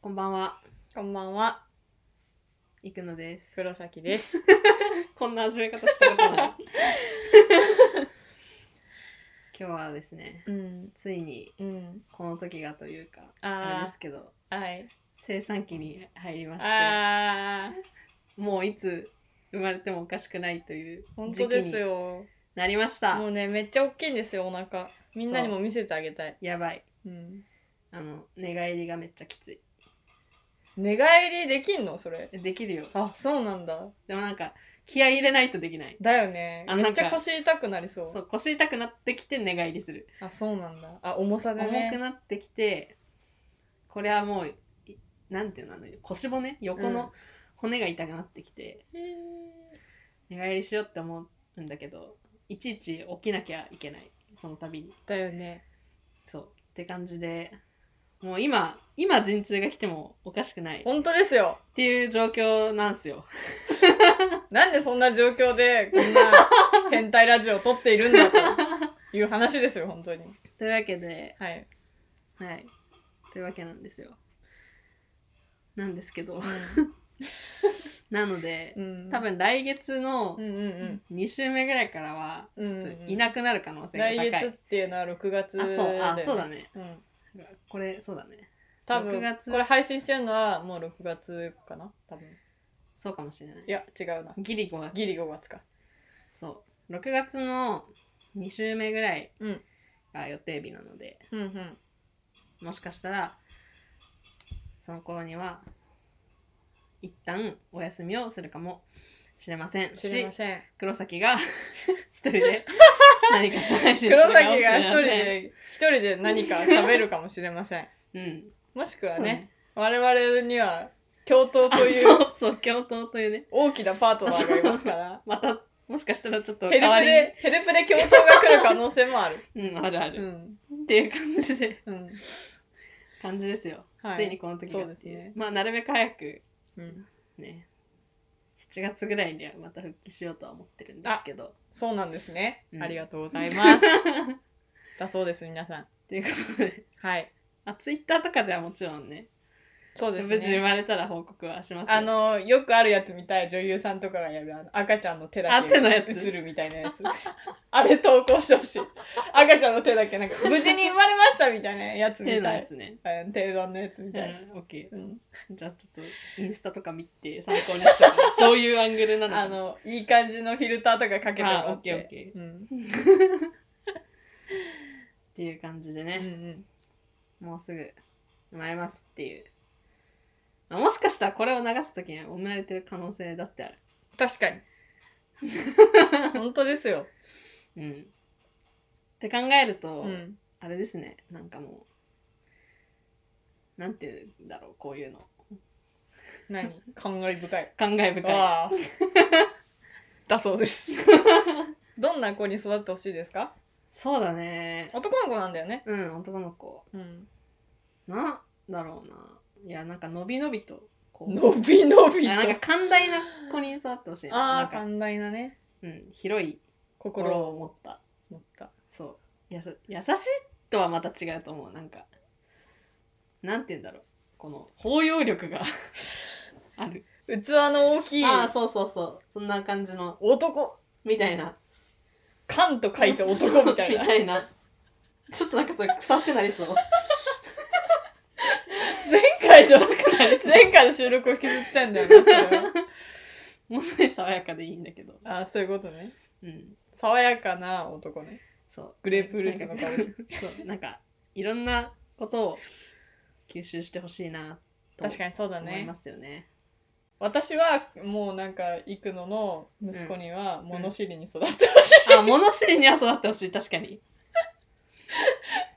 こんばんは、こんばんは、いくのです。黒崎です。こんな始め方したことない。 今日はですね、うん、ついにうん、この時がというか、あれであすけど、あ、はい、生産期に入りまして、ああ、もういつ生まれてもおかしくないという本時当期ですによ。なりましたも。うね、めっちゃ大きいんですよ、お腹。みんなにも見せてあげたい。やばい。うん、あの、寝返りがめっちゃきつい。寝返りできんの、それ。できるよ。あ、そうなんだ。でもなんか、気合い入れないとできない。だよね。あめっちなゃんか腰痛くなりそう。そう、腰痛くなってきて寝返りする。あ、そうなんだ。あ、重さで重ね。くなってきてこれはもういなんていうのあの腰骨横うんの骨が痛くなってきて、へー寝返りしようって思うんだけどいちいち起きなきゃいけないその度にだよね。そうって感じでもう今今陣痛が来てもおかしくないっ本当ですよ。ていう状況なんです よなんでそんな状況で、こん な変態ラジオを撮っているんだという話ですよ、本当に。というわけではい。はいというわけなんですよなんですけど なのでうん多。分来月のうんうんうん。 2週目ぐらいからはちょっといなくなる可能性が高い、来月っていうのは6月あそうあよそうだねうん、これそうだね多分6月これ配信してるのはもう6月かな多分そうかもしれないいや違うなギリ5月ギリ5月かそう6月の2週目ぐらいうんが予定日なので、うんうんもしかしたらその頃には一旦お休みをするかもしれません知りしません黒崎が 一人 で何かしないし黒崎が一人で一人で何か喋るかもしれませんうんもしそくうはねね我々には教頭あとそいううそう教頭というね大きなパートナーがいますからまたもしかしたらちょっとヘル代わプりにでヘルプで教頭が来る可能性もあるうん、あるあうる、んっていう感じでうん感じですよ、はついにこの時がそうっですていうねまあなるべく早くうん、ね7月ぐらいにはまた復帰しようとは思ってるんですけどそうなんですね、うんありがとうござ いますだそうです皆さんということではいあツイッターとかではもちろんねそうです無事生ね。まれたら報告はしますよあのよくあるやつみたい女優さんとかがやるあの赤ちゃんの手だあけ手のやつ映るみたいなやつ あれ投稿してほしい赤ちゃんの手だ けなんか無事に生まれましたみたいなやつみ手のたやいつねうん定番のやつみうたいな、ん、オッケうんーじゃあちょっとインスタとか見て参考にしてもら うどういうアングルなのかあのいい感じのフィルターとかかけてもあらオッっケーオッてケーっうんていう感じでうんうね、んもうすぐ生まれますっていう、まあもしかしたらこれを流す時には生まれてる可能性だってある確かに 本当ですよ、うん。って考えると、うん、あれですね、なんかもう、なんていうんだろう、こういうの。何感慨深い感慨深 わあだそうですどんな子に育ってほしいですかい。そうだね。男の子なんだよねうん、男の子。うんなんだろうな。いや、なんか、のびのびと、こう。伸び伸びいとやなんか寛大な子に育ってほしいな。なあんーか、寛大なねうん、広い心心をを持った。持ったそう。やさ優しいとはまた違うと思う。なんか、なんていうんだろう。この包容力が ある。器の大きいああ、そうそうそう。そんな感じの、男みたいな。寛と書いて男みたいな みたいな。ちょっとなんかそれ腐ってなりそう。 前回腐のってなりそう前回の収録を削ったんだよなそれはもうちょい爽やかでいいんだけど。あーそういうことねうん。爽やかな男ねそう。グレープフルーツの香りそう。なんか、いろんなことを吸収してほしいなと確かにそうだ思いねますよね。私はもうなんか幾野の息子には物知りに育ってほしい、あ、物知りには育ってほしい。確かに。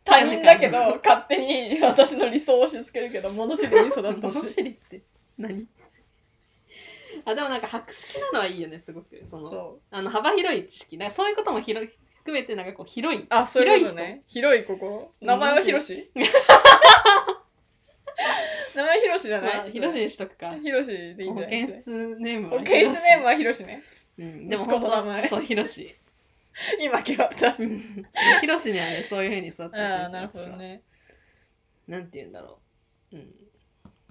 他人だけど勝手に私の理想を押し付けるけど物知りに育ってほ物しい知りって何あ、でもなんか博識なのはいいよね、すごく。その、そうあの幅広い知識。だからそういうことも広い含めて、なんかこう、広い。あ、そういうことね。広い心。名前はひろ し名前ひろしじゃまなあ、い広しにしとくか。ひろしでいいん保じゃない健室ネーム保健室ネームははひろしね。うん、でも息子本の名前当そう広 し今決ま った。広しにはねそういう風に育ってほしいですああ、なるほど私はね。なんて言うんだろううん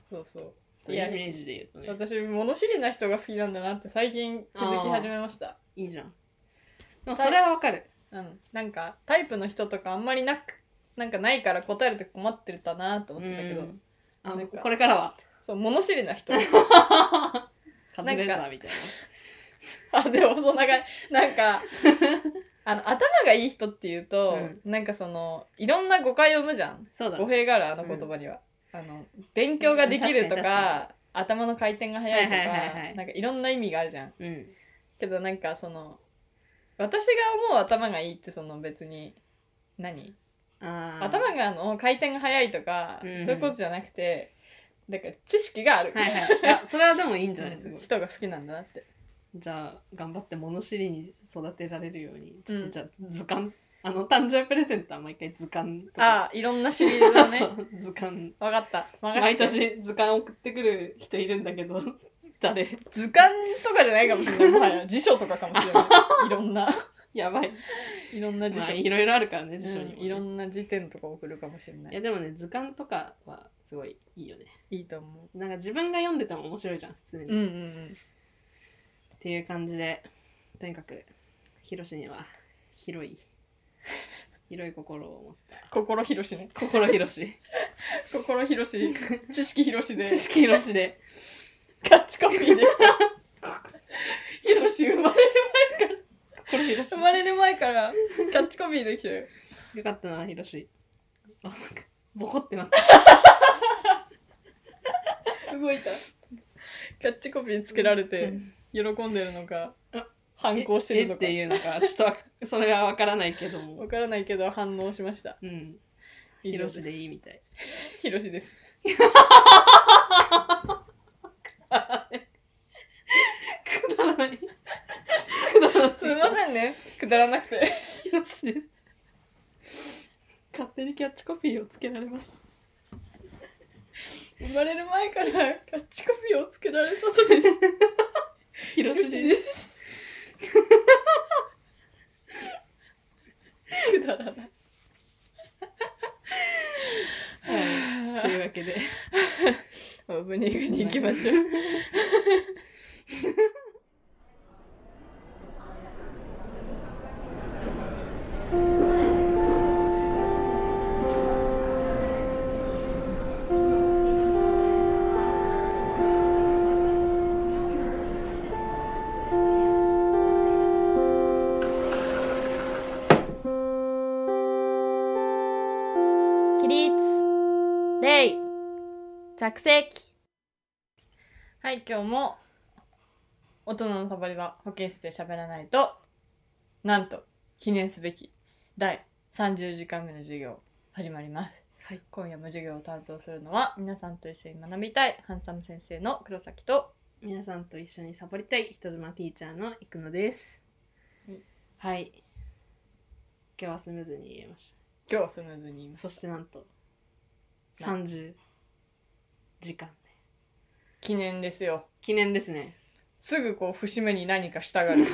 そうそうイヤーフレンジで言うとね私物知りな人が好きなんだなって最近気づき始めましたいいじゃんでもそれはわかるうんなんかタイプの人とかあんまりなくなんかないから答えると困ってたなと思ってたけど、うんあなんかこれから はそう物知りな人カズレーザーみたいあでもそんな感じな んかあの頭がいい人っていうと、なんかそのいろんな誤解を生むじゃんなそうだ語弊があるあの言葉には、あの勉強ができるとうん確かに確か頭の回転が速いとか、はいはいはいはいなんかいろんな意味があるじゃんうんけどなんかその私が思う頭がいいってその別に何あー頭があの回転が速いとか、うんそういうことじゃなくてだから知識がある、はいはいい やそれはでもいいんじゃないすうごんい人が好きなんだなってじゃあ頑張って物知りに育てられるようにちょっうとんじゃあ図鑑あの誕生日プレゼントは毎回図鑑とかああいろんなシリーズだ ねそう図鑑分かった任せて毎年図鑑送ってくる人いるんだけど 誰図鑑とかじゃないかもしれないもはや辞書とかかもしれないいろんなやばい いろんな辞まあ書、いろいろあるからね辞書にもね、うんいろんな辞典とか送るかもしれないいやでもね図鑑とかはすごいいいよねいいと思なんか自分が読んでても面白いじゃん普通に、う。うんうんうん。っていう感じでとにかくヒロシには広い 広い心を持っ心広しね。た心広し心広 し。知識広しで。知識広しでカッチコピーで。広し生まれ心広し 生まれる前からキャッチコピーできてる。よかったな広しあなんかボコってなった動いた。キャッチコピーつけられうてん喜んでるのかあ、反抗してるのえかっていうのがちょっとわそれはわからないけどもわからないけど反応しました。うん以上広しでいいみたいす。広しです。くだらないくだらなすいませんね。くだらなくて。ひろしです。勝手にキャッチコピーをつけられま した。生まれる前からキャッチコピーをつけられたそうです。ひろしです。す。くだらない。はい、というわけで、オープニングに行きましょう。起立礼着席はい、今日も大人のサボりは保健室で喋らないと、なんと記念すべき第30時間目の授業始まります。はい、今夜も授業を担当するのは皆さんと一緒に学びたいハンサム先生の黒崎と皆さんと一緒にサボりたい人妻ティーチャーのいくのです。はい。今日はスムーズに言えまし今日はスムーズに言いまた。すそしてなんと、30時間目。記念ですよ記念ですね。すぐこう節目に何かし たがる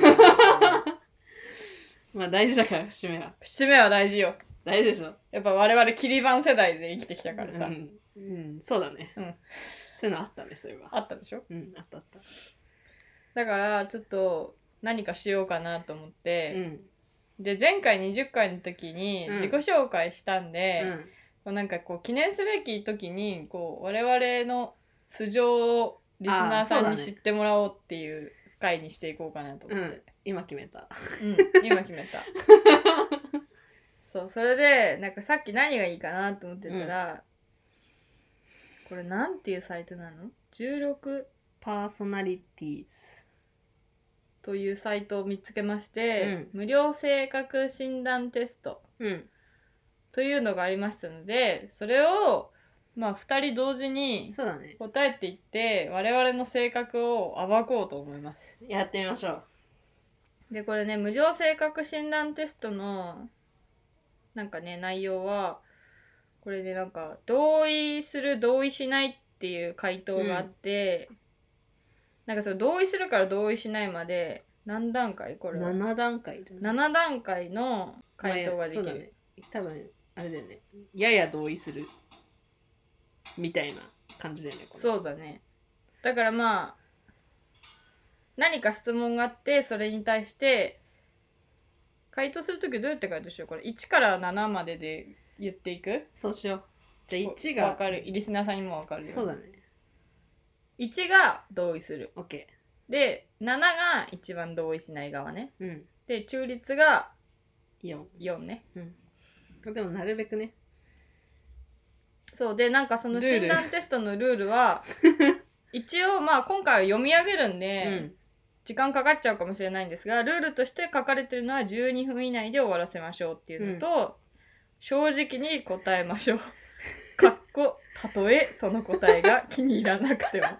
まあ大事だから、節目は。節目は大事よ大事でしょ。やっぱ我々キリバン世代で生きてきただからさ、うん、うん、そうだね。うんそういうのあったね、そういえば。あったでしょうん、あったあった。だからちょっと何かしようかなと思っうて、ん。で前回20回の時にうん自己紹介したんで、うこんうなんかこう記念すべき時にこう我々の素性をリスナーさんあーそうだねに知ってもらおうっていう回にしていこうかなと思うってん、、今決めた。うん、今決め たそうそれでなんかさっき何がいいかなと思ってたら、これなんていうサイトなの ?16 パーソナリティーズ。というサイトを見つけまして、う無料性格診断テストうん、というのがありましたのでそれをまあ2人同時にそうだね。答えていって我々の性格を暴こうと思います。やってみましょう。でこれね無料性格診断テストのなんかね内容はこれでなんか同意する同意しないっていう回答があって、なんかその同意するから同意しないまで何段階これは7段階じゃない7段階の回答ができまあそうだる、ね。多分、あれだよね。やや同意する。みたいな感じだよねこれそうだねだからまあ何か質問があってそれに対して回答する時どうやって回答しようこれ1から7までで言っていくそうしようじゃあ1が分かるリスナーさんにも分かるよそうだね1が同意する OK で7が一番同意しない側ねうんで中立が4 4ねでもなるべくねそうでなんかそのルール診断テストのルー ルは一応まあ今回は読み上げるんで、うん時間かかっちゃうかもしれないんですがルールとして書かれてるのは12分以内で終わらせましょうっていうのと、正直に答えましょうかっこたとえその答えが気に入らなくてもこ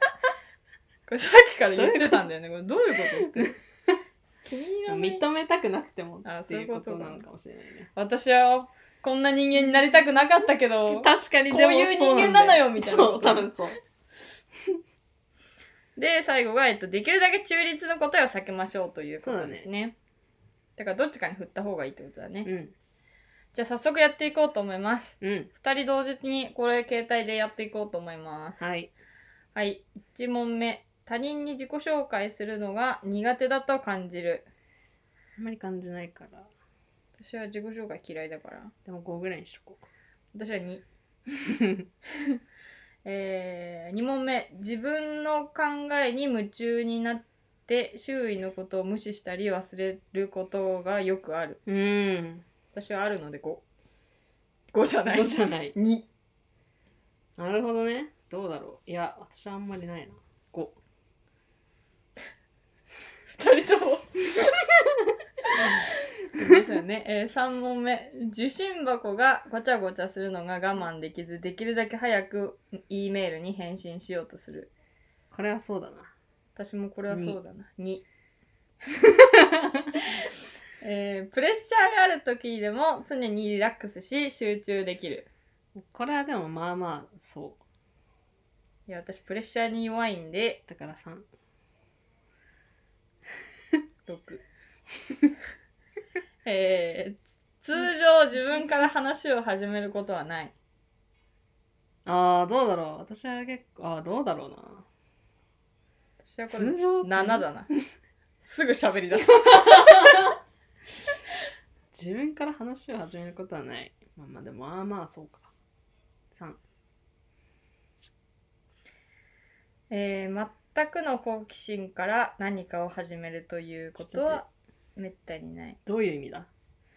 れさっきから言ってたんだよねこれどういうことって 気に入らない認めたくなくてもあっていうそういこうこととかなのかもしれないね私はこんな人間になりたくなかったけど確かにこういう人間なのよみたいなそこうと多分そうで最後が、えっと、できるだけ中立の答えを避けましょうということですねだからどっちかに振った方がいいってことだね、うんじゃあ早速やっていこうと思いますうん2人同時にこれ携帯でやっていこうと思いますはいはい1問目他人に自己紹介するのが苦手だと感じるあんまり感じないから私は自己紹介嫌いだからでも5ぐらいにしとこ私は2 うえー、2問目自分の考えに夢中になって周囲のことを無視したり忘れることがよくあるうん私はあるので5。5じゃない。 5じゃない2。なるほどねどうだろういや私はあんまりないな5 2人とも。そうだよね、えー、3問目受信箱がごちゃごちゃするのが我慢できずできるだけ早く E メールに返信しようとするこれはそうだな私もこれはそうだな2 えープレッシャーがある時でも常にリラックスし集中できるこれはでもまあまあそういや私プレッシャーに弱いんでだから3 6 えー通常自分から話を始めることはないああどうだろう私は結構ああどうだろうな私はこれ通常7だな すぐ喋り出す自分から話を始めることはないまあまあでもまあまあそうか3 えー全くの好奇心から何かを始めるということはめったにないどういう意味だ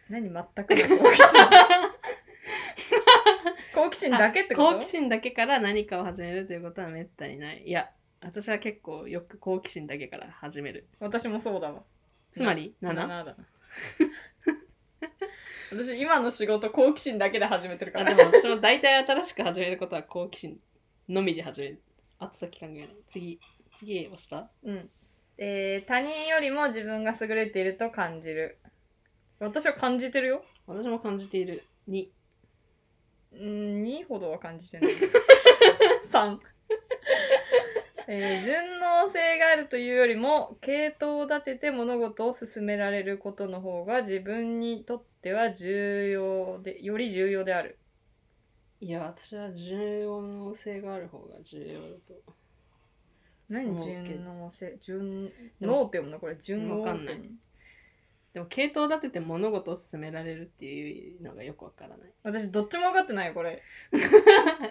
何全くの 好奇心好奇心だけってこと好奇心だけから何かを始めるということはめったにないいや私は結構よく好奇心だけから始める私もそうだわつまり 7? 7だな 私今の仕事好奇心だけで始めてるからあでも私も大体新しく始めることは好奇心のみで始める後先考えない次次押した うん、えー他人よりも自分が優れていると感じる私は感じてるよ私も感じている2うん2ほどは感じてない 3、えー順応性があるというよりも系統を立てて物事を進められることの方が自分にとっては重要でより重要であるいや私は重要性がある方が重要だと何そう順応性順でも能って読むのこれ順応わかんないって読むでも系統立てて物事を進められるっていうのがよくわからない私どっちも分かってないよ これ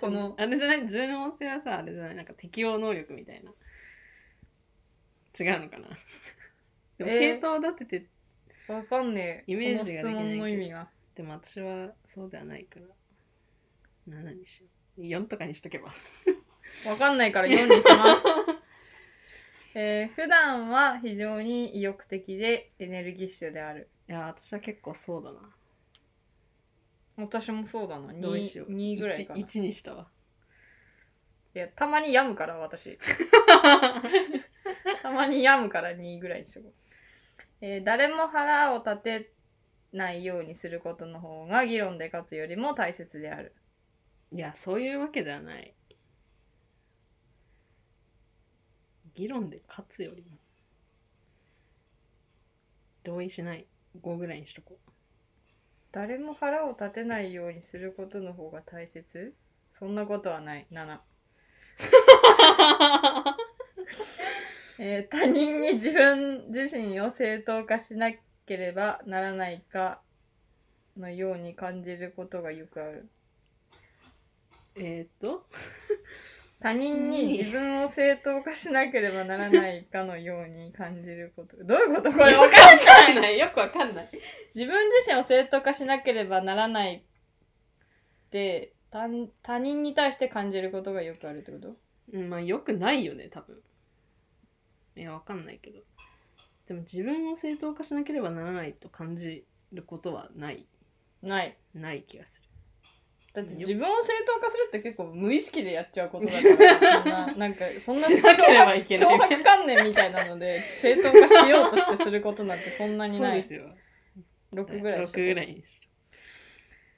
このあれじゃない順応性はさあれじゃないなんか適応能力みたいな違うの かなでもえー系統立てて、わかんねえ。イメージができないこの質問の意味が。でも私はそうではないから7にしよう4とかにしとけばわかんないから4にします。 えー、普段は非常に意欲的でエネルギッシュである。いや私は結構そうだな私もそうだな。どうしよ 2, う2ぐらいかな。い 1, にしたわや、たまに病むから私。 たまに病むから2ぐらいにしよう。えー誰も腹を立てないようにすることの方が議論で勝つよりも大切である。いやそういうわけではない議論で勝つよりも同意しない5ぐらいにしとこ う誰も腹を立てないようにすることの方が大切そんなことはない。7。えー他人に自分自身を正当化しなければならないかのように感じることがよくあるえーっと他人に自分を正当化しなければならないかのように感じることどういうことこれわかんなわいかんないよくわかんない自分自身を正当化しなければならないって他他人に対して感じることがよくあるってことうんまあよくないよね多分いやわかんないけどでも自分を正当化しなければならないと感じることはないないない気がするだってよ自分を正当化するって結構無意識でやっちゃうことだからそんななんかそんな しなければいけない脅迫観念みたいなので正当化しようとしてすることなんてそんなにな そういですよ6ぐらいでしょ6ぐらいにし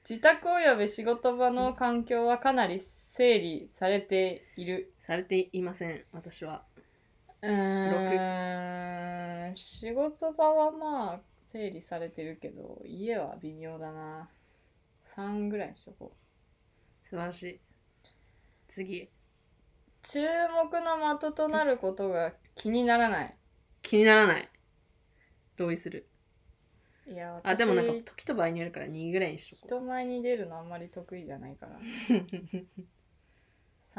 自宅および仕事場の環境はかなり整理されているろされていません私はうーん仕事場はまあ整理されてるけど家は微妙だな3ぐらいにしとこう素晴らしい次注目の的となることが気にならない気にならない同意するいや私あでもなんか時と場合によるから2ぐらいにしとこ人前に出るのあんまり得意じゃな いからう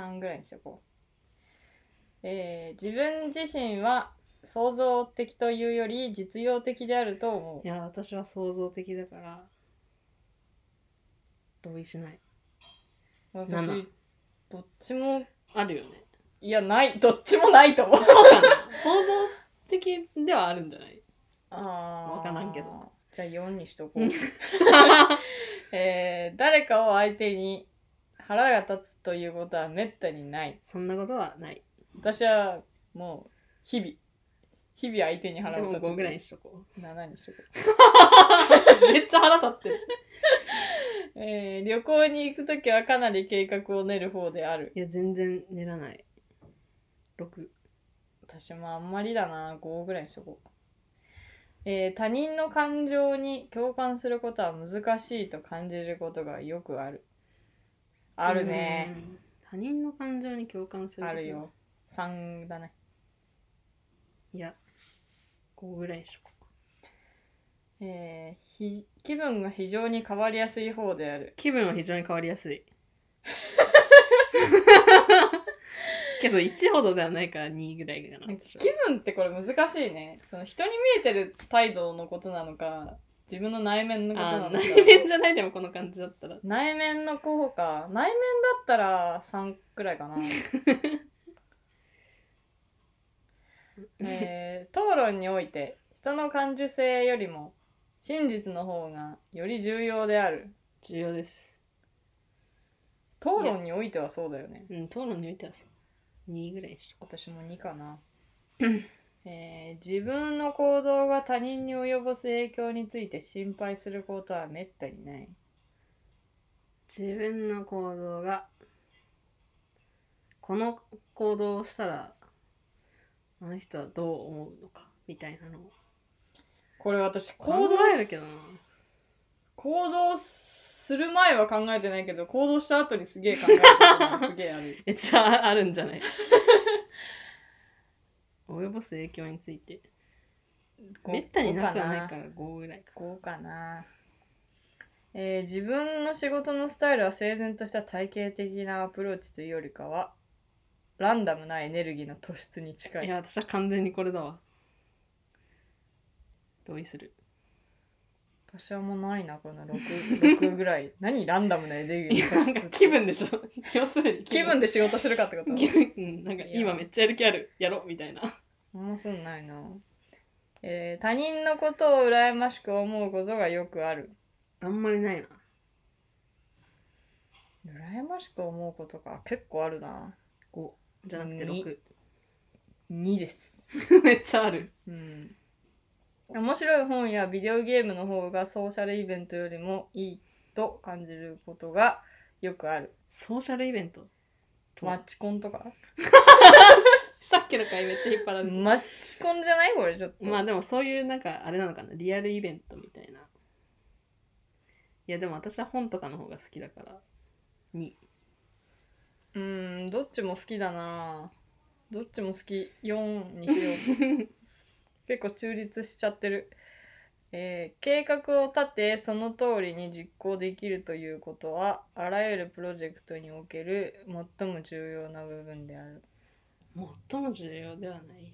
3ぐらいにしとこう、えー自分自身は創造的というより実用的であると思いや私は想像的だから同意しないう七私どっちもあるよねいやないどっちもないと思 そううかな想像的ではあるんじゃない あーわからんけどじゃあ4にしとこうんう、えー誰かを相手に腹が立つということはめったにないそんなことはない私はもう日々日々相手に腹でがも立つ5ぐらいにしとこ7にしとこううめっちゃ腹立ってるえー旅行に行くときはかなり計画を練る方であるいや全然寝らない6私もあんまりだな5ぐらいにしとこう、えー他人の感情に共感することは難しいと感じることがよくあるあるねうん他人の感情に共感するあことるよ3だねいや5ぐらいにしとこうえーひ気分が非常に変わりやすい方である気分は非常に変わりやす いけど1ほどではないから2ぐらいかな私は気分ってこれ難しいねその人に見えてる態度のことなのか自分の内面のことなあのか内面じゃないでもこの感じだったら内面の候補か内面だったら3くらいかなえー討論において人の感受性よりも真実の方がより重要である重要です討論においてはそうだよねうん討論においてはそう2ぐらいにしとこ私も2かな、えー自分の行動が他人に及ぼす影響について心配することはめったにないう自分の行動がこの行動をしたらあの人はどう思うのかみたいなのをこれ私行考動えるけどな行動する前は考えてないけど行動した後にすげえ考えてるのすげえある えじゃああるんじゃない及ぼす影響についてめったになくはないから5ぐらいか5かな、えー自分の仕事のスタイルは整然とした体系的なアプローチというよりかはランダムなエネルギーの突出に近いいや私は完全にこれだわ同意する私はもうないなこの 6, 6ぐらい何ランダムなエネルいギやーのなん突か出って気分でしょ 要するに気分で仕事してるかってこと気分うんなんか今めっちゃやる気あるやろみたいな面白ないな、えー他人のことを羨ましく思うことがよくあるあんまりないな羨ましく思うことが結構あるな5じゃなくて6 2です めっちゃあるうん面白い本やビデオゲームの方がソーシャルイベントよりもいいと感じることがよくあるソーシャルイベントとマッチコンとかさっきの回めっちゃ引っ張られてマッチコンじゃないこれちょっと、まあでも そういうなんかあれなのかなリアルイベントみたいないやでも私は本とかの方が好きだから2うーんどっちも好きだなどっちも好き4にしよう結構中立しちゃってる、えー計画を立てその通りに実行できるということはあらゆるプロジェクトにおける最も重要な部分である最も重要ではないよ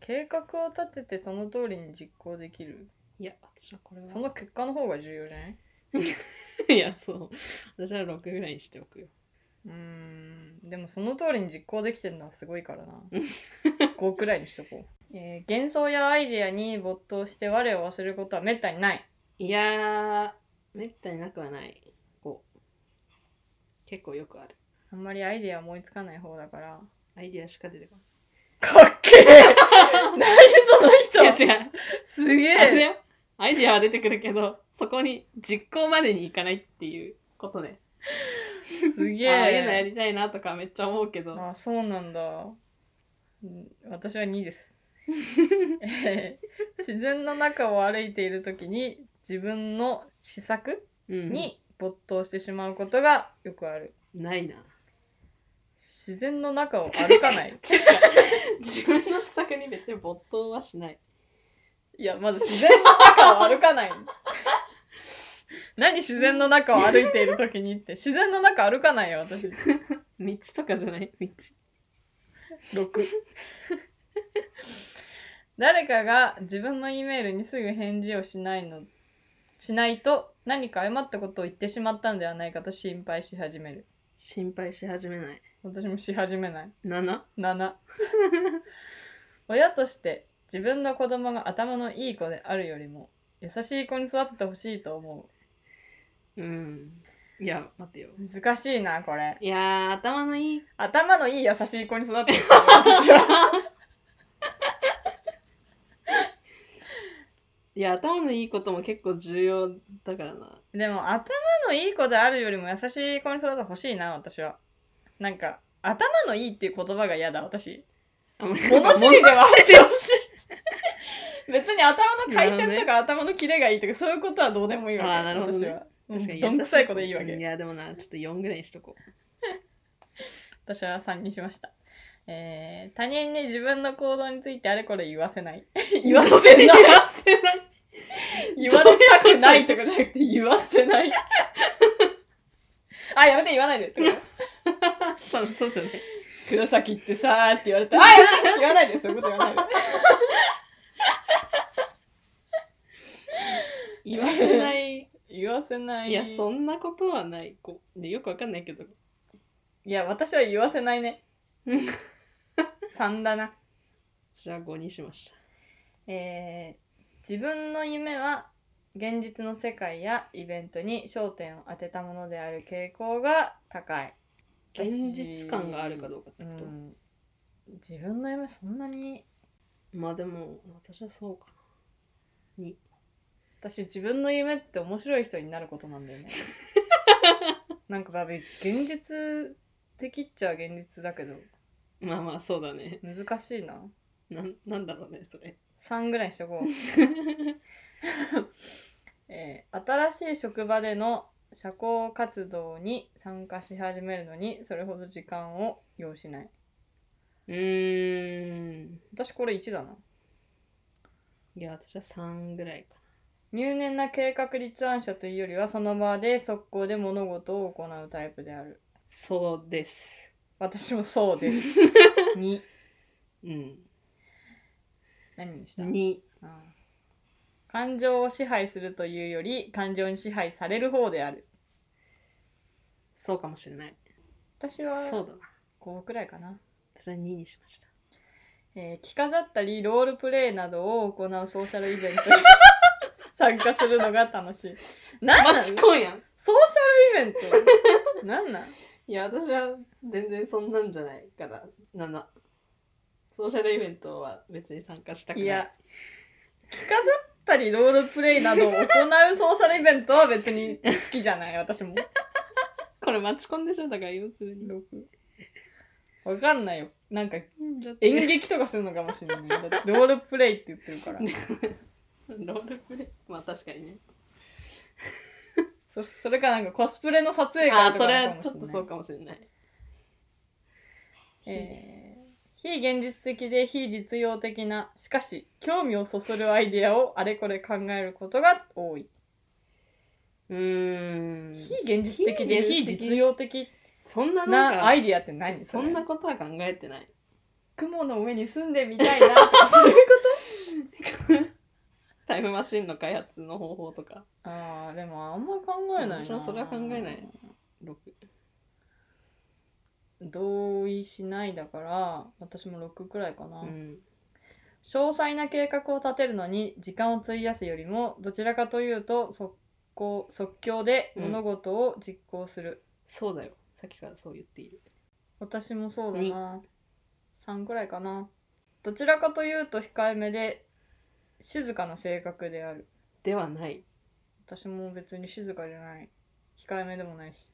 計画を立ててその通りに実行できるいや私はこれはその結果の方が重要じゃない いやそう私は6ぐらいにしておくようーんでもその通りに実行できてるのはすごいからな5くらいにしとこう、えー幻想やアイデアに没頭して我を忘れることはめったにないいやーめったになくはないこう結構よくあるあんまりアイデア思いつかない方だからアイディアしか出てこかっけえ 何そなのい人いや違うすげあれだえよアイディアは出てくるけどそこに実行までにいかないっていうことねすげああいうのやえりたいなとかめっちゃ思うけどあそうなんだうん私は2です、えー自然の中を歩いている時に自分の試作うんに没頭してしまうことがよくあるないな自然の中を歩かない 自分の施策に別に没頭はしないいやまず自然の中を歩かない何自然の中を歩いている時にって自然の中歩かないよ道私とかじゃない道6 誰かが自分の E メールにすぐ返事をしないのしないと何か誤ったことを言ってしまったんではないかと心配し始める心配し始めない私もし始めない7 7 親として自分の子供が頭のいい子であるよりも優しい子に育ってほしいと思うんいや待てよう難しいなこれいやー頭の いい頭のいい優しい子に育ってほしい 私はいや頭のいいことも結構重要だからなでも頭のいい子であるよりも優しい子に育ってほしいな私はなんか頭のいいっていう言葉が嫌だ私あ物物知りではあってほし い別に頭の回転とか頭のキレがいいとかそういうことはどうでもいいわけあーなるほどね私は確かにどんくさいことでいいわけいやでもなちょっと4ぐらいにしとこう私は3にしました。えー、他人に自分の行動についてあれこれ言わせない。 言わせ言ない。わせない言われたくないとかじゃなくて言わせない。 あ、やめて言わないでってこと。そうそうじゃない黒崎ってさーって言われた ら、あ、やめて言わないで、そういうこと言わないで。言わせ ない言わせない。いやそんなことはないこうでよくわかんないけどいや、私は言わせないねうん。 3だな。じゃあ5にしましたえー自分の夢は現実の世界やイベントに焦点を当てたものである傾向が高い現実感があるかどうかってこと、ん、自分の夢そんなにまあでも私はそうか私自分の夢って面白い人になることなんだよねなんかバビ現実的っちゃ現実だけどなまあまあそうだね難しいななんなんだろうねそれ3ぐらいにし とこう、えー新しい職場での社交活動に参加し始めるのにそれほど時間を要しないうーん私これ1だないや私は3ぐらいか入念な計画立案者というよりはその場で速攻で物事を行うタイプであるそうです私もそ うです2うん何にした2うん感情を支配するというより感情に支配される方であるそうかもしれない私そうはだな5くらいかな私は2にしましたえー着飾ったりロールプレイなどを行うソーシャルイベ ントに参加するのが楽しい。なんな んマソチーシコンやんャルイベン トなんなんいや私は全然そんなんじゃないから7ソーシャルイベントは別に参加したくないいや、着飾ったりロールプレイなどを行うソーシャルイベントは別に好きじゃない、私も。これマチコンでしょだから要するに6わかんないよ。なんかだって演劇とかするのかもしれない。だってロールプレイって言ってるから。ロールプレイまあ確かにねそそれかなんかコスプレの撮影会あそとかれなのはかもしちょれっない。とそうかもしれないえー非現実的で非実用的なしかし興味をそそるアイデアをあれこれ考えることが多い、うーん非現実的で非非現実的実用的そんななんなかアイデアって何そんなことは考えてない雲の上に住んで みたいなとかそういうこタイムマシンの開発の方法とかとああでもあんま考えないな私もそれは考えない六同意しないだから私も6くらいかな、うん詳細な計画を立てるのに時間を費やすよりもどちらかというと即行即興で物事を実行する、そうだよさっきからそう言っている私もそうだな3くらいかなどちらかというと控えめで静かな性格であるでは ない私も別に静かじゃない控えめでもないし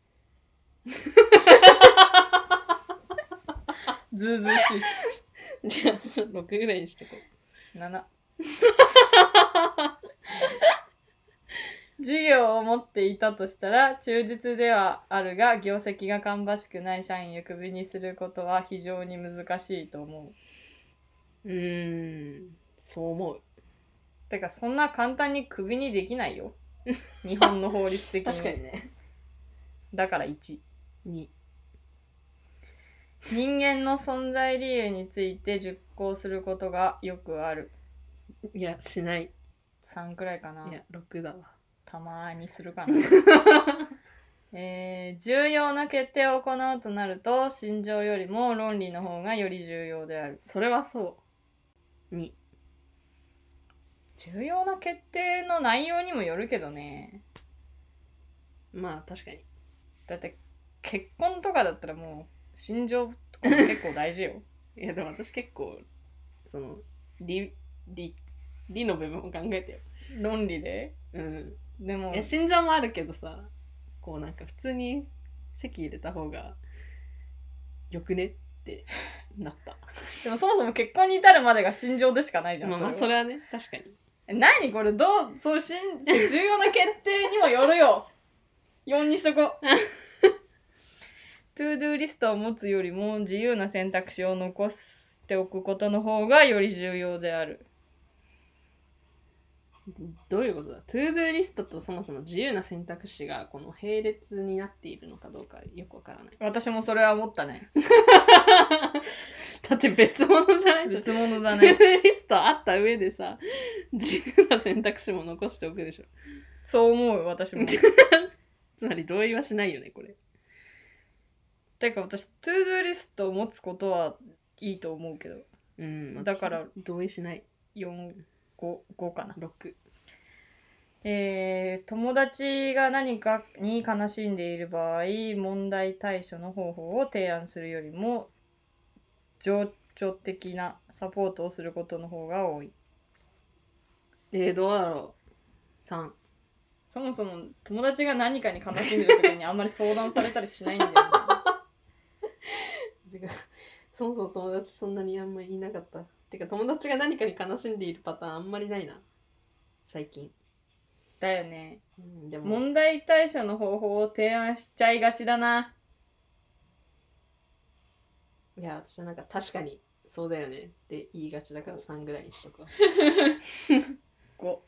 ずうずうしいしじゃあ6ぐらいにしとこう7授業を持っていたとしたら忠実ではあるが業績が芳しくない社員をクビにすることは非常に難しいと思ううーんそう思うてかそんな簡単にクビにできないよ 日本の法律的に確かにねだから1 2人間の存在理由について熟考することがよくあるいやしない3くらいかないや6だわたまーにするか な。えー重要な決定を行うとなると心情よりも論理の方がより重要であるそれはそう2重要な決定の内容にもよるけどねまあ確かにだって結婚とかだったらもう心情とかも結構大事よ いやでも私結構その理理理の部分を考えてよ論理でうんでもいや心情もあるけどさこうなんか普通に席入れた方がよくねってな ったでもそもそも結婚に至るまでが心情でしかないじゃん、まあまあそそれはれはね確かに何これどうそうしん重要な決定にもよるよ4にしと こうトゥードゥーリストを持つよりも自由な選択肢を残しておくことの方がより重要であるどういうことだトゥードゥーリストとそもそも自由な選択肢がこの並列になっているのかどうかよくわからない私もそれは思ったね だって別物じゃない別物だトゥーねドゥーリストあった上でさ自由な選択肢も残しておくでしょそう思うよ私もつまり同意はしないよねこれてか私トゥードゥーリストを持つことはいいと思うけどうんだから私同意しない455かな6えー友達が何かに悲しんでいる場合問題対処の方法を提案するよりも情緒的なサポートをすることの方が多いえー、どうだろう3そもそも友達が何かに悲しんでる時にあんまり相談されたりしないんだよねてかそもそも友達そんなにあんまりいなかったてか友達が何かに悲しんでいるパターンあんまりないな最近、 だよねうん、でも問題対処の方法を提案しちゃいがちだないや私はなんか確かにそうだよねって言いがちだから3ぐらいにしとくわ5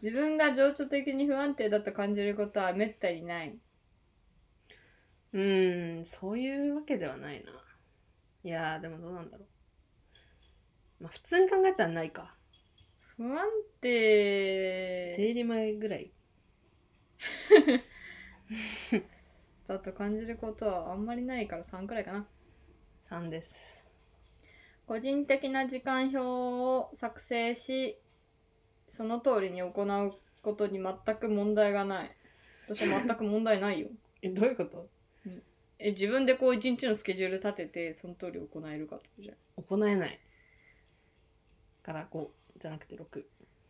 自分が情緒的に不安定だと感じることはめったにないうーんそういうわけではないないやーでもどうなんだろうまあ普通に考えたらないか不安定生理前ぐらいだと感じることはあんまりないから3くらいかな3です個人的な時間表を作成しその通りに行うことに全く問題がない私は全く問題ないよえどういうことえ自分でこう一日のスケジュール立ててその通り行えるかってことじゃん行えないから5じゃなくて6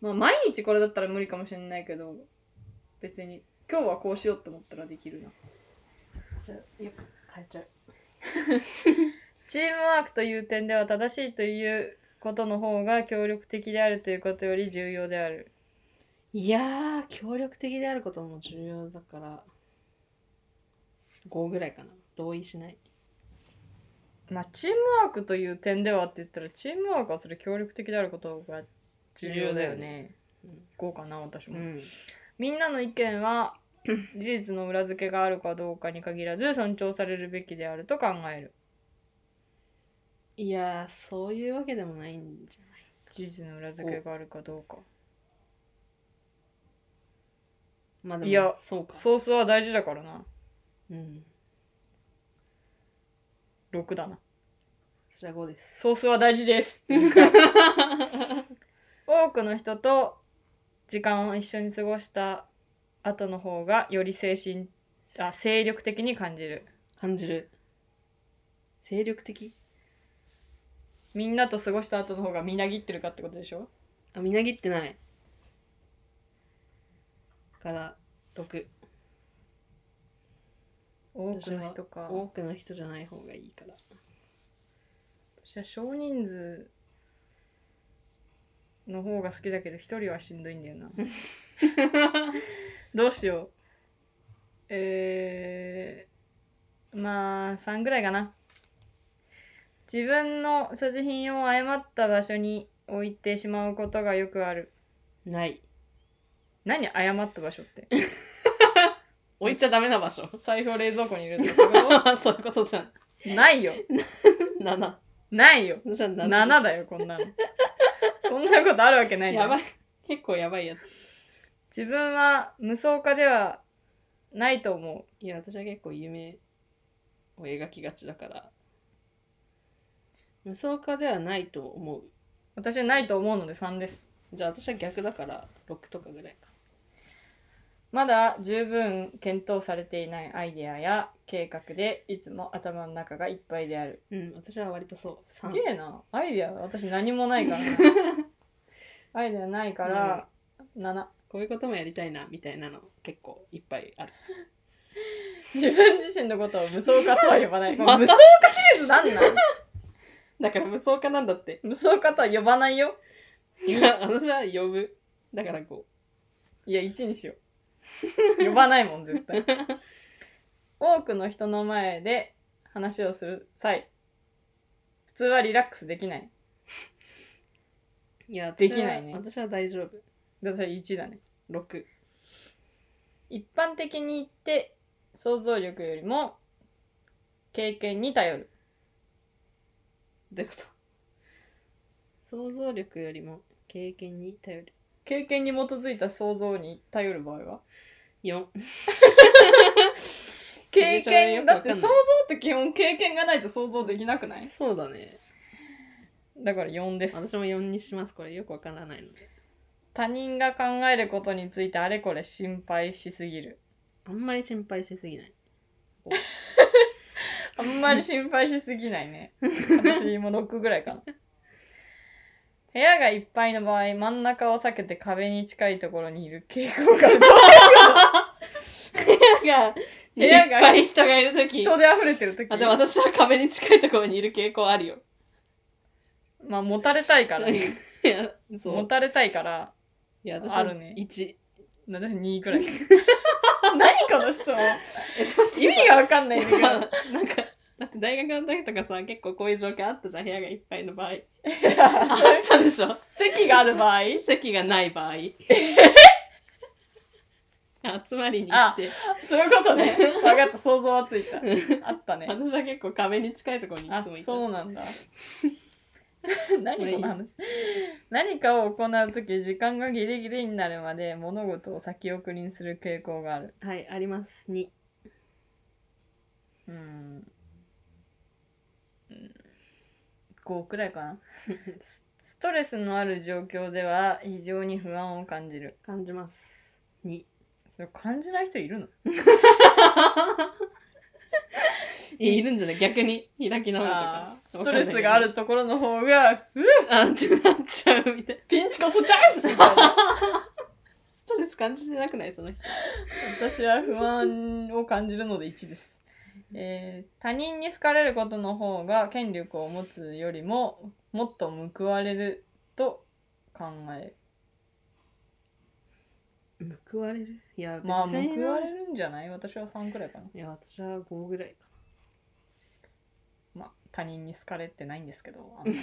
まあ毎日これだったら無理かもしれないけど別に今日はこうしようって思ったらできるなじゃあよく変えちゃう チームワークという点では正しいということの方が協力的であるということより重要であるいやー、協力的であることも重要だから、5ぐらいかな。同意しない。まあ、チームワークという点ではって言ったらチームワークはそれ協力的であることが重要だよ重要だよねね。こうかな私うも、んみんなの意見は事実の裏付けがあるかどうかに限らず尊重されるべきであると考えるいやーそういうわけでもないんじゃない事実の裏付けがあるかどうかまあでもいやそうかソースは大事だからなうん6だなそれは5です ソースは大事ですって言いたい多くの人と時間を一緒に過ごした後の方がより精神あ精力的に感じる感じる精力的みんなと過ごした後の方がみなぎってるかってことでしょあみなぎってないから6多くの人か多くの人じゃない方がいいから私は少人数の方が好きだけど一人はしんどいんだよな どうしようえー、まあ3ぐらいかな自分の所持品を誤った場所に置いてしまうことがよくあるない何誤った場所って置いちゃダメな場所財布を冷蔵庫に入れるとかそういう そういうことこじゃんと ないよ7ないよじゃあ7 7だよこんなのそんなことあるわけないじゃんやばい 結構やばいやつ自分は無双化ではないと思いや私は結構夢を描きがちだから無双化ではないと思うう私はないと思うので3ですじゃあ私は逆だから6とかぐらいかまだ十分検討されていないアイデアや計画でいつも頭の中がいっぱいであるうん私は割とそうす三げえなアイデア私何も ないからなアイデアないから7こういうこともやりたいなみたいなの結構いっぱいある自分自身のことを無双化とは呼ばない、また無双化シリーズなんなんだから無双化なんだって無双化とは呼ばないよいや私は呼ぶだからこいや1にしよう呼ばないもん絶 対多くの人の前で話をする際普通はリラックスできないういやできないね私は私は大丈夫だから1だね6一般的に言って想像力よりも経験に頼るどういうこと想像力よりも経験に頼る経験に基づいた想像に頼る場合は4経験経験だっよてくわかんない想像って基本経験がないと想像できなくないそうだねだから4です私も4にしますこれよくわからないので他人が考えることについてあれこれ心配しすぎるあんまり心配しすぎないあんまり心配しすぎないね。私も6ぐらいかな。部屋がいっぱいの場合、真ん中を避けて壁に近いところにいる傾向がある。 が部屋がいっぱい人がいるとき人で溢れてる時あでも私は壁に近いところにいる傾向あるよまあ、持たれたいから、ね。いやそ持うたれたいから、いや私あるね1私2ぐらい。 何この質問意味がわかんないんだけど。なんかだって大学の時とかさ結構こういう状況あったじゃん部屋がいっぱいの場合あったでしょ席がある場合席がない場合集まりに行あってそういうことね。わかった。想像はついた。あったね。私は結構壁に近いところにいあつもいたそうなんだ 何この話何かを行う時時間がギリギリになるまで物事を先送りにする傾向があるはいあります2うーんうん5くらいかなスストレスのある状況では非常に不安を感じる感じます2それ感じない人いるのいるんじゃない逆に開き直るとかあーストレスがあるところの方がうわ あってなっちゃうみ たいなピンチこそチャンスみたいなストレス感じてなくないその人私は不安を感じるので1です、えー他人に好かれることの方が権力を持つよりももっと報われると考え報われるいやるまあ別に報われるんじゃない私は3くらいかないや私は5ぐらいかまあ他人に好かれてないんですけどあんまり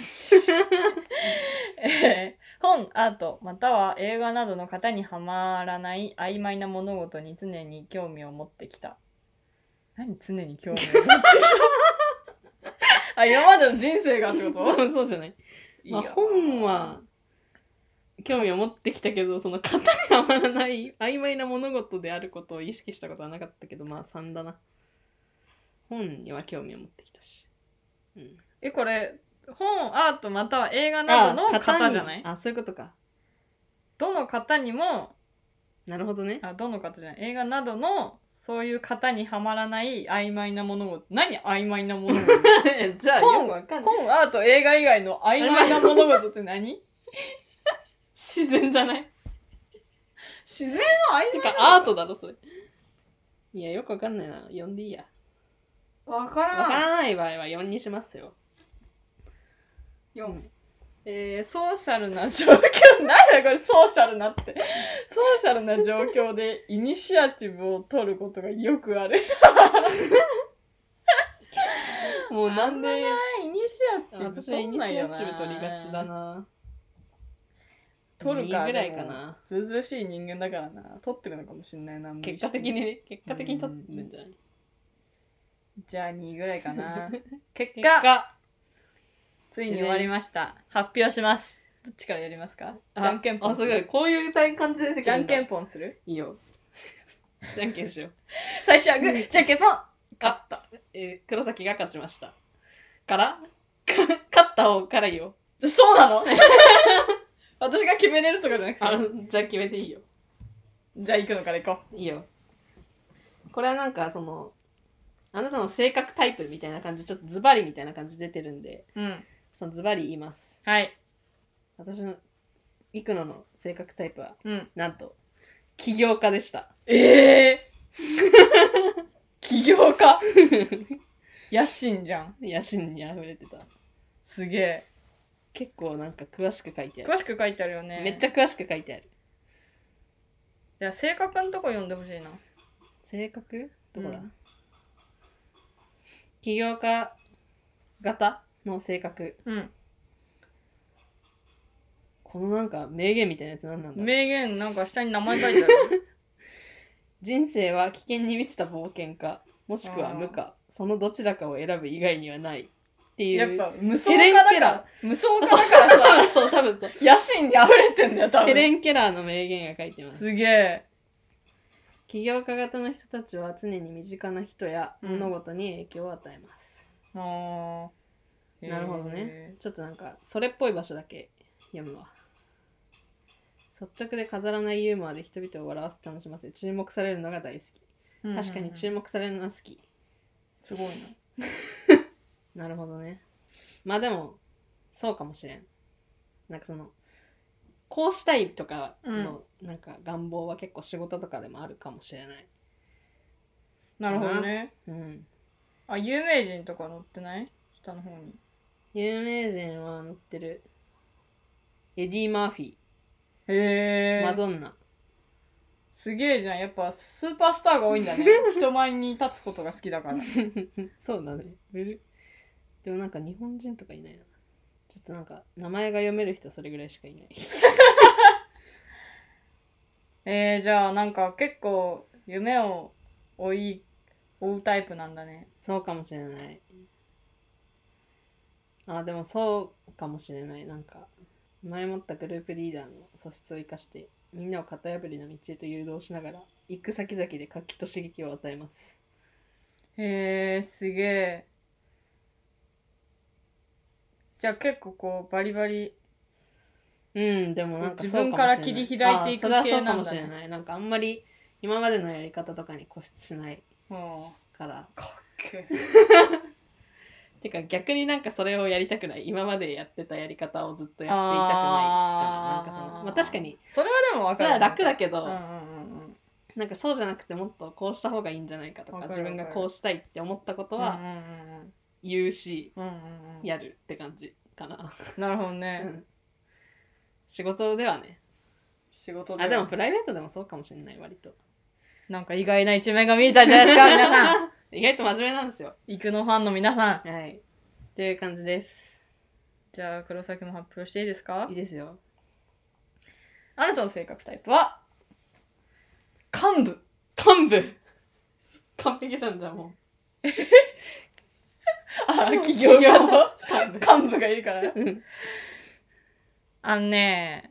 えー 本アートまたは映画などの型にはまらない曖昧な物事に常に興味を持ってきた何常に興味を持ってきたあ今までの人生がってことそうじゃない。 まあいや本は興味を持ってきたけど、その型にはまらない曖昧な物事であることを意識したことはなかったけど、まあ3だな。本には興味を持ってきたし。うん。えこれ本アートまたは映画などの型にじゃないあ、そういうことか。どの型にもなるほど ね。あどの方じゃない映画などのそういう方にはまらない曖昧なものを何曖昧なものじゃあ、本よくわかんない。本アート映画以外の曖昧な物事って 何自然じゃない自然は曖て昧か、アートだろ、それ。いや、よくわかんないな。呼んでいいや。わからんわからない場合は4にしますよ。四うんえー、ソーシャルな状況なんだこれソーシャル なってソーシャルな状況でイニシアチブを取ることがよくあるもうなんで、イニシア私はイニシアチブ取りがちだな。取るか2ぐらいかな。ずうずうしい人間だからな取ってるのかもしれないな無意識結果的にね、結果的に取ってるんじゃないじゃあ2ぐらいかな結結果果、ついに終わりました発表しますどっちからやりますかあじゃんけんぽあ、んすごい。こういう感じで出てくじるゃだんけんぽんするいい よ。じゃんけんしよう。最初はグーじゃんけんぽん勝ったえー黒崎が勝ちました。から、か勝った方からいいよ。そうなの 私が決めれるとかじゃなくあてじゃあ決めていいよ。じゃあ行くのから行こいいよ。これはなんかその、あなたの性格タイプみたいな感じ、ちょっとズバリみたいな感じ出てるんで、ううんそのズバリ言います。はい私の、幾野の性格タイプは、うんなんと、起業家でした。ええ 起業 家野心じゃん野心に溢れてた。すげえ結構なんか詳しく書いてある。詳しく書いてあるよねめっちゃ詳しく書いてある。じゃあ性格のとこ読んでほしいな性格どこだ、うん起業家型の性格うんこのなんか名言みたいなやつ何なんだろう名言なんか下に名前書いてある人生は危険に満ちた冒険かもしくは無かそのどちらかを選ぶ以外にはないっていうやっぱ無双ヘレ家ンだかケラら無双家だからさ 多分そう多分そう野心に溢れてんだよ多ヘ分レン・ケラーの名言が書いてますすげえ起業家型の人たちは常に身近な人やうん物事に影響を与えます、あーなるほどねへちょっとなんかそれっぽい場所だけ読むわ率直で飾らないユーモアで人々を笑わせ楽しませ注目されるのが大好きーうんうんうん確かに注目されるのは好き、すごいななるほどねまあでもそうかもしれんなんかそのこうしたいとかのなんか願望は結構仕事とかでもあるかもしれないなるほどねうんあ有名人とか載ってない下の方に有名人は載ってるエディ・マーフィーへえマドンナすげえじゃんやっぱスーパースターが多いん だね人前に立つことが好きだから そうだね。ブルでもなんか日本人とかいないな。ちょっとなんか名前が読める人それぐらいしかいない。えー、じゃあなんか結構夢を追い追うタイプなんだねそうかもしれない。あ、でもそうかもしれない。なんか前もったグループリーダーの素質を生かしてみんなを型破りの道へと誘導しながら行く先々で活気と刺激を与えます。へえすげえじゃあ結構こうバリバリうん、でもなんかそうもしれない自分から切り開いていくあそれは系そうかなんもだしねれない。なんかあんまり今までのやり方とかに固執しないもから。うかっけてか逆になんかそれをやりたくない今までやってたやり方をずっとやってえいたくないかななんかそのまあ確かにそれはでも分そかれるは楽だけけど、うんうんうんなんかそうじゃなくてもっとこうした方がいいんじゃないかとかわか自る分がこうしたいって思ったことうんは言うし、うんうんうんうんうんやるって感じかな、なるほどうねん仕事ではね仕事あでもでプライベートでもそうかもしれない割となんか意外 な一面が見えたんじゃないですか皆さん意外と真面目なんですよ行くのファンの皆さんはいという感じです。じゃあ黒崎も発表していいですかいいですよ。あなたの性格タイプは幹部幹部完璧じゃんじゃあもあ企業家とう。幹部。幹部がいるからうんあのね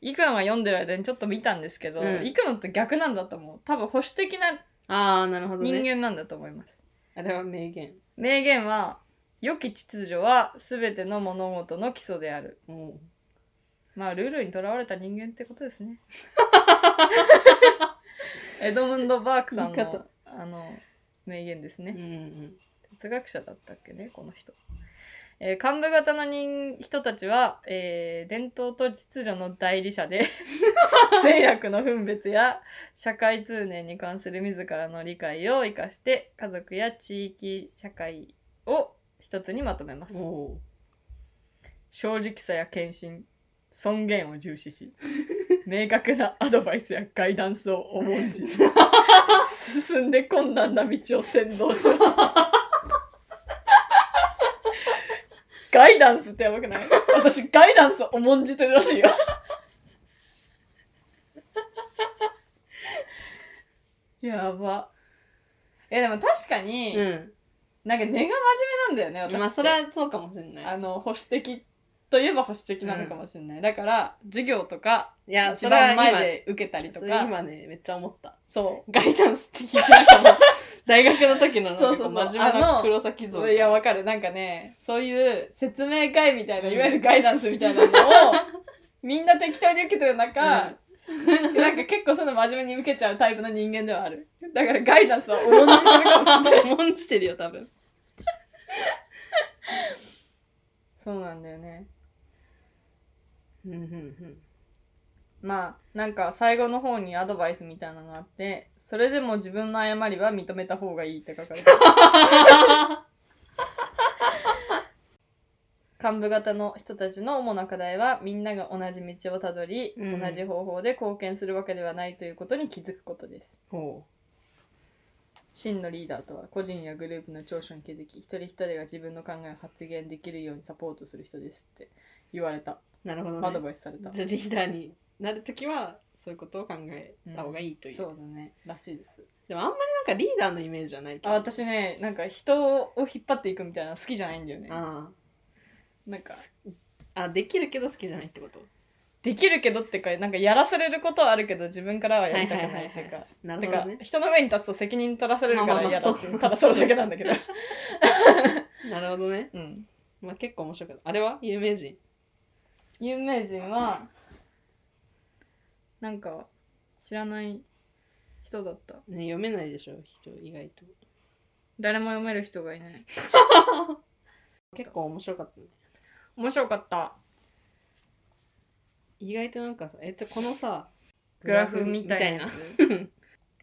いくのが読んでる間にちょっと見たんですけど、うんいくのと逆なんだと思う多分保守的なああ、なるほどね。人間なんだと思います、あれは名言。名言は良き秩序は全ての物事の基礎であるおうまあルールにとらわれた人間ってことで すねエドムンド・バークさん言い方のあの名言ですねうんうん。哲学者だったっけねこの人、えー幹部型の人人たちは、えー伝統と秩序の代理者で善悪の分別や社会通念に関する自らの理解を生かして家族や地域社会を一つにまとめますおう正直さや献身尊厳を重視 し明確なアドバイスやガイダンスを重んじ進んで困難な道を先導しますガイダンスってやばくない私ガイダンスを重んじてるらしいよやばいやでも確かに、うん。なんか根が真面目なんだよね私ってまあ、それはそうかもしれない。あの保守的といえば保守的なのかもしれない、だから授業とかいや、一それは番今前で受けたりとそれか今ね、めっちゃ思った。そガイダンスって聞いてなんかもう大学の時のなんかそうそうそう真面目あなの黒崎像ういやわかるなんかねそういう説明会みたいな、いわゆるガイダンスみたいな のをみんな適当に受けてる中、なんか結構そういうの真面目に受けちゃうタイプの人間ではあるだからガイダンスは重んじてるかもしれないもんじてるよ多分そうなんだよねうんうんうんまあなんか最後の方にアドバイスみたいなのがあってそれでも自分の誤りは認めた方がいいって書か れてる幹部型の人たちの主な課題はみんなが同じ道をたどり、うん同じ方法で貢献するわけではないということに気づくことですほ真のリーダーとは個人やグループの長所に気づき一人一人が自分の考えを発言できるようにサポートする人ですって言われた、うなるほどアドねバイスされたじゃあリーダーになる時はそういうことを考えた方がいいという、そうだねらしいですでもあんまりなんかリーダーのイメージはないけあど私ねなんか人を引っ張っていくみたいなの好きじゃないんだよねあなんかああできるけど好きじゃないってことできるけどってかなんかやらされることはあるけど自分からはやりたくはないはいいってはいいうはいか、なてるほかどね人の上に立つと責任取らされるから嫌だっていうまたあまあまあだそれだけなんだ けどなるほどねうんまあ結構面白かったあれは有名人有名人はなんか知らない人だったね読めないでしょ人意外と誰も読める人がいない結構面白かったね面白かった意外となんかさえっとこのさグラフみたいなグラやフ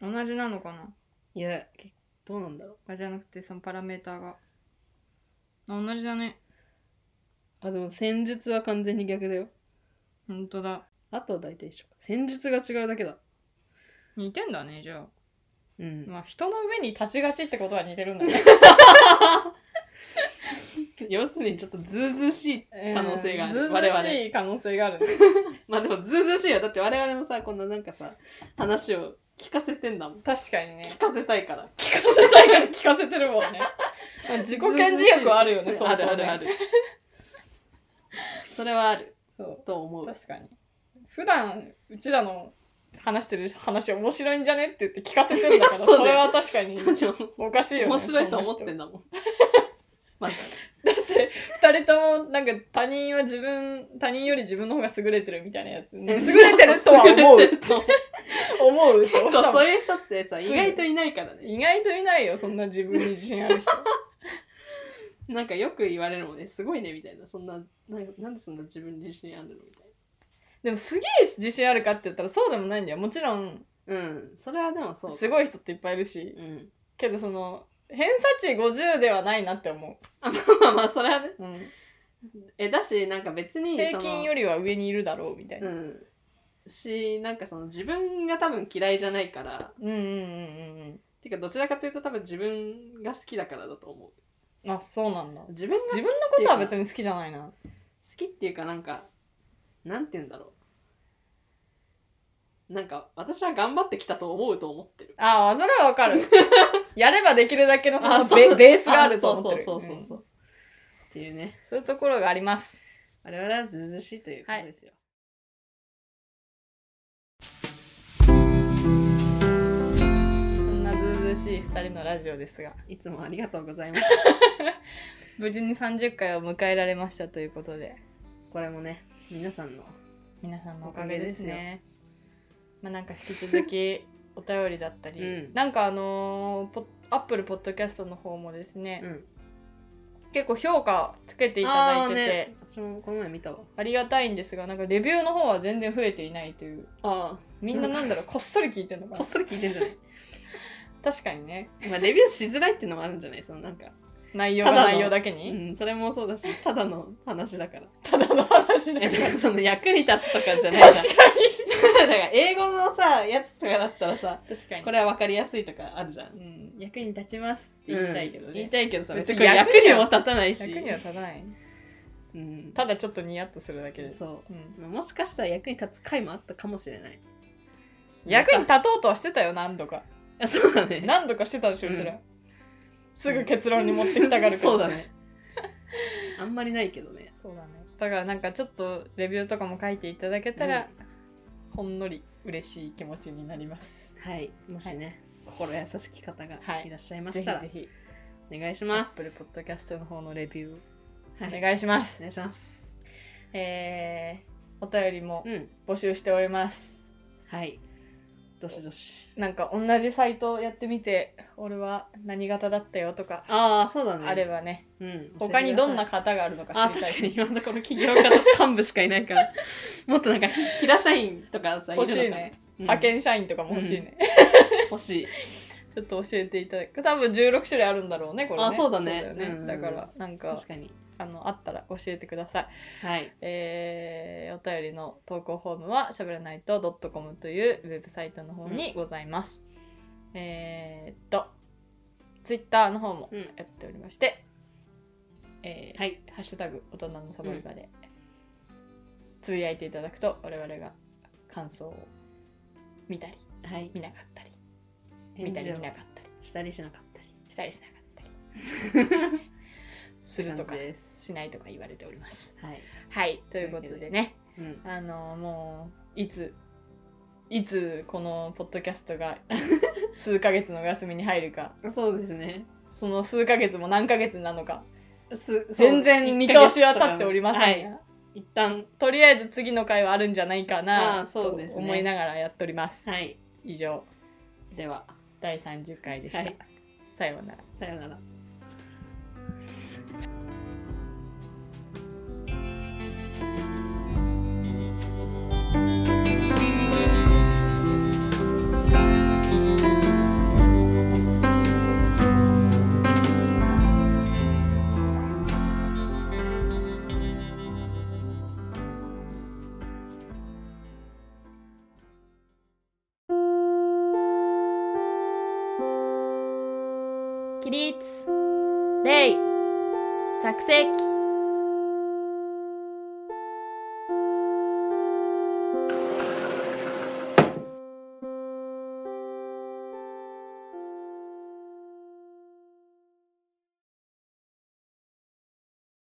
つ同じなのかなみたいないやけどうなんだろうあじゃなくてそのパラメーターがあ同じだねあでも戦術は完全に逆だよ本当だあとは大体一緒か戦術が違うだけだ似てんだねじゃあうんまあ人の上に立ちがちってことは似てるんだ ね要するにちょっとずうずうしい可能性があるずうずう我々しい可能性があるね、まあでもずうずうしいよだって我々もさこんななんかさ話を聞かせてんだもん確かにね聞かせたいから 聞かせたいから聞かせてるもん ねまあ自己顕示欲はあるよねずうずうしいし相ある当ねあるある それはあるそと思うう確かに普段うちらの話してる話面白いんじゃねって言って聞かせてんだかそらうだよ それは確かにでもおかしいよね面白いと思ってそんのだもんまず人二人ともなんか他人は自分他人より自分の方が優れてるみたいなやつ、ね、優れてるとは思 優れてうると思う思うって押そしうたもそんういう人ってさ意外といないからね意外といないよそんな自分に自信ある人なんかよく言われるもんねすごいねみたいなそんななんかなんでそんな自分に自信あるのみたいなでもすげえ自信あるかって言ったらそうでもないんだよもちろんうん、それはでもそう。すごい人っていっぱいいるしうん。けどその偏差値50ではないなって思まあまあ、それはね。う、うん、え、だし、なんか別に。平均より。りは上にいるだろうみたいうな、ん。し、なんかその自分が多分嫌いじゃないから。うん、うんうんうんうんてか、どちらかというと多分自分が好きだからだと思あそうなんだ自分が好き自分のことは別に好きじゃないな好きっていうかなんかなんて言うんだろうなんか私は頑張ってきたと思うと思ってるああそれはわかるやればできるだけのそあのそうベベース があると思ってるあそうそうそうそううそうんっていうねそういうところがあります我々はずうずうしいということですよ、そんなずうずうしい2人のラジオですがい、つもありがとうございます無事に30回を迎えられましたということでこれもね皆さんの皆さんのおかげですおかねまあなんか引き 続きお便りだったり、うんなんかあのーポッアップルポッドキャストの方もですね、うん結構評価つけていただあいててあ,、ーね私もこの前見たわりがたいんですがなんかレビューの方は全然増えていないというあみんななんだろう、こっそり聞いてるのあかこなっそり聞いてんじゃない確かにねまあレビューしづらいっていうのもあるんじゃないそのなんか内容がただの内容だけうにんそれもそうだしただの話 だからただの話だえけだか確らその役に立つとかじゃないかじゃんだから英語のさやつとかだったらさに確かにこれは分かりやすいとかあるじゃんうん、役に立ちますって言いたいけどうん言いね、たいけどさ別別にに役にも立たないし役には立たないうん、ただちょっとニヤッとするだけです、そうんうまあもしかしたら役に立つ回もあったかもしれない役に立とうとはしてたよ何度かあそうだね 何度かしてたでしょうちら、うすぐ結論に持ってきたがるからそうだねあんまりないけどね そうだねだからなんかちょっとレビューとかも書いていただけたら、ほんのり嬉しい気持ちになりますはいもしね、心優しき方がはいいらっしゃいまぜしひたら、ぜひお願いしアまッすプルポッドキャストの方のレビュはーおい願いしますお、願いしますえー、お便りもうん募集しておりますはいどしどしなんか同じサイトやってみて俺は何型だったよとかああそうだねあればねうん他にどんな教型があるのかえてくださいあ知りたい確かに今のところ企業家と幹部しかいないからもっとなんかひ平社員とかさいるの欲かしいなね、うん派遣社員とかも欲しいね、欲しいちょっと教えていただく多分16種類あるんだろうねこれねあそうだねようんうんだからなんか確かにあのあったら教えてくださいはいえー、お便りの投稿フォームはしゃべらないと .com というウェブサイトの方にございます、えー、っとツイッターの方もうんやっておりまして、えーはいハッシュタグ大人のサバリバでつぶやいていただくと我々が感想を見たりはい見なかったり見返たり事を見なかったりしたりしなかったりしたりしなかっ たりすするとかですしないとか言われております。はい、はい、ということでね、うん、あのもういついつこのポッドキャストが 数ヶ月のお休みに入るか、そうですねその数ヶ月も何ヶ月なのか、す全然見通しは立っておりませんはが、い、一旦とりあえず次の回はあるんじゃないかあなーそとうですね思いながらやっております。はい以上では第30回でした。はいさようなら。さようなら起立礼着席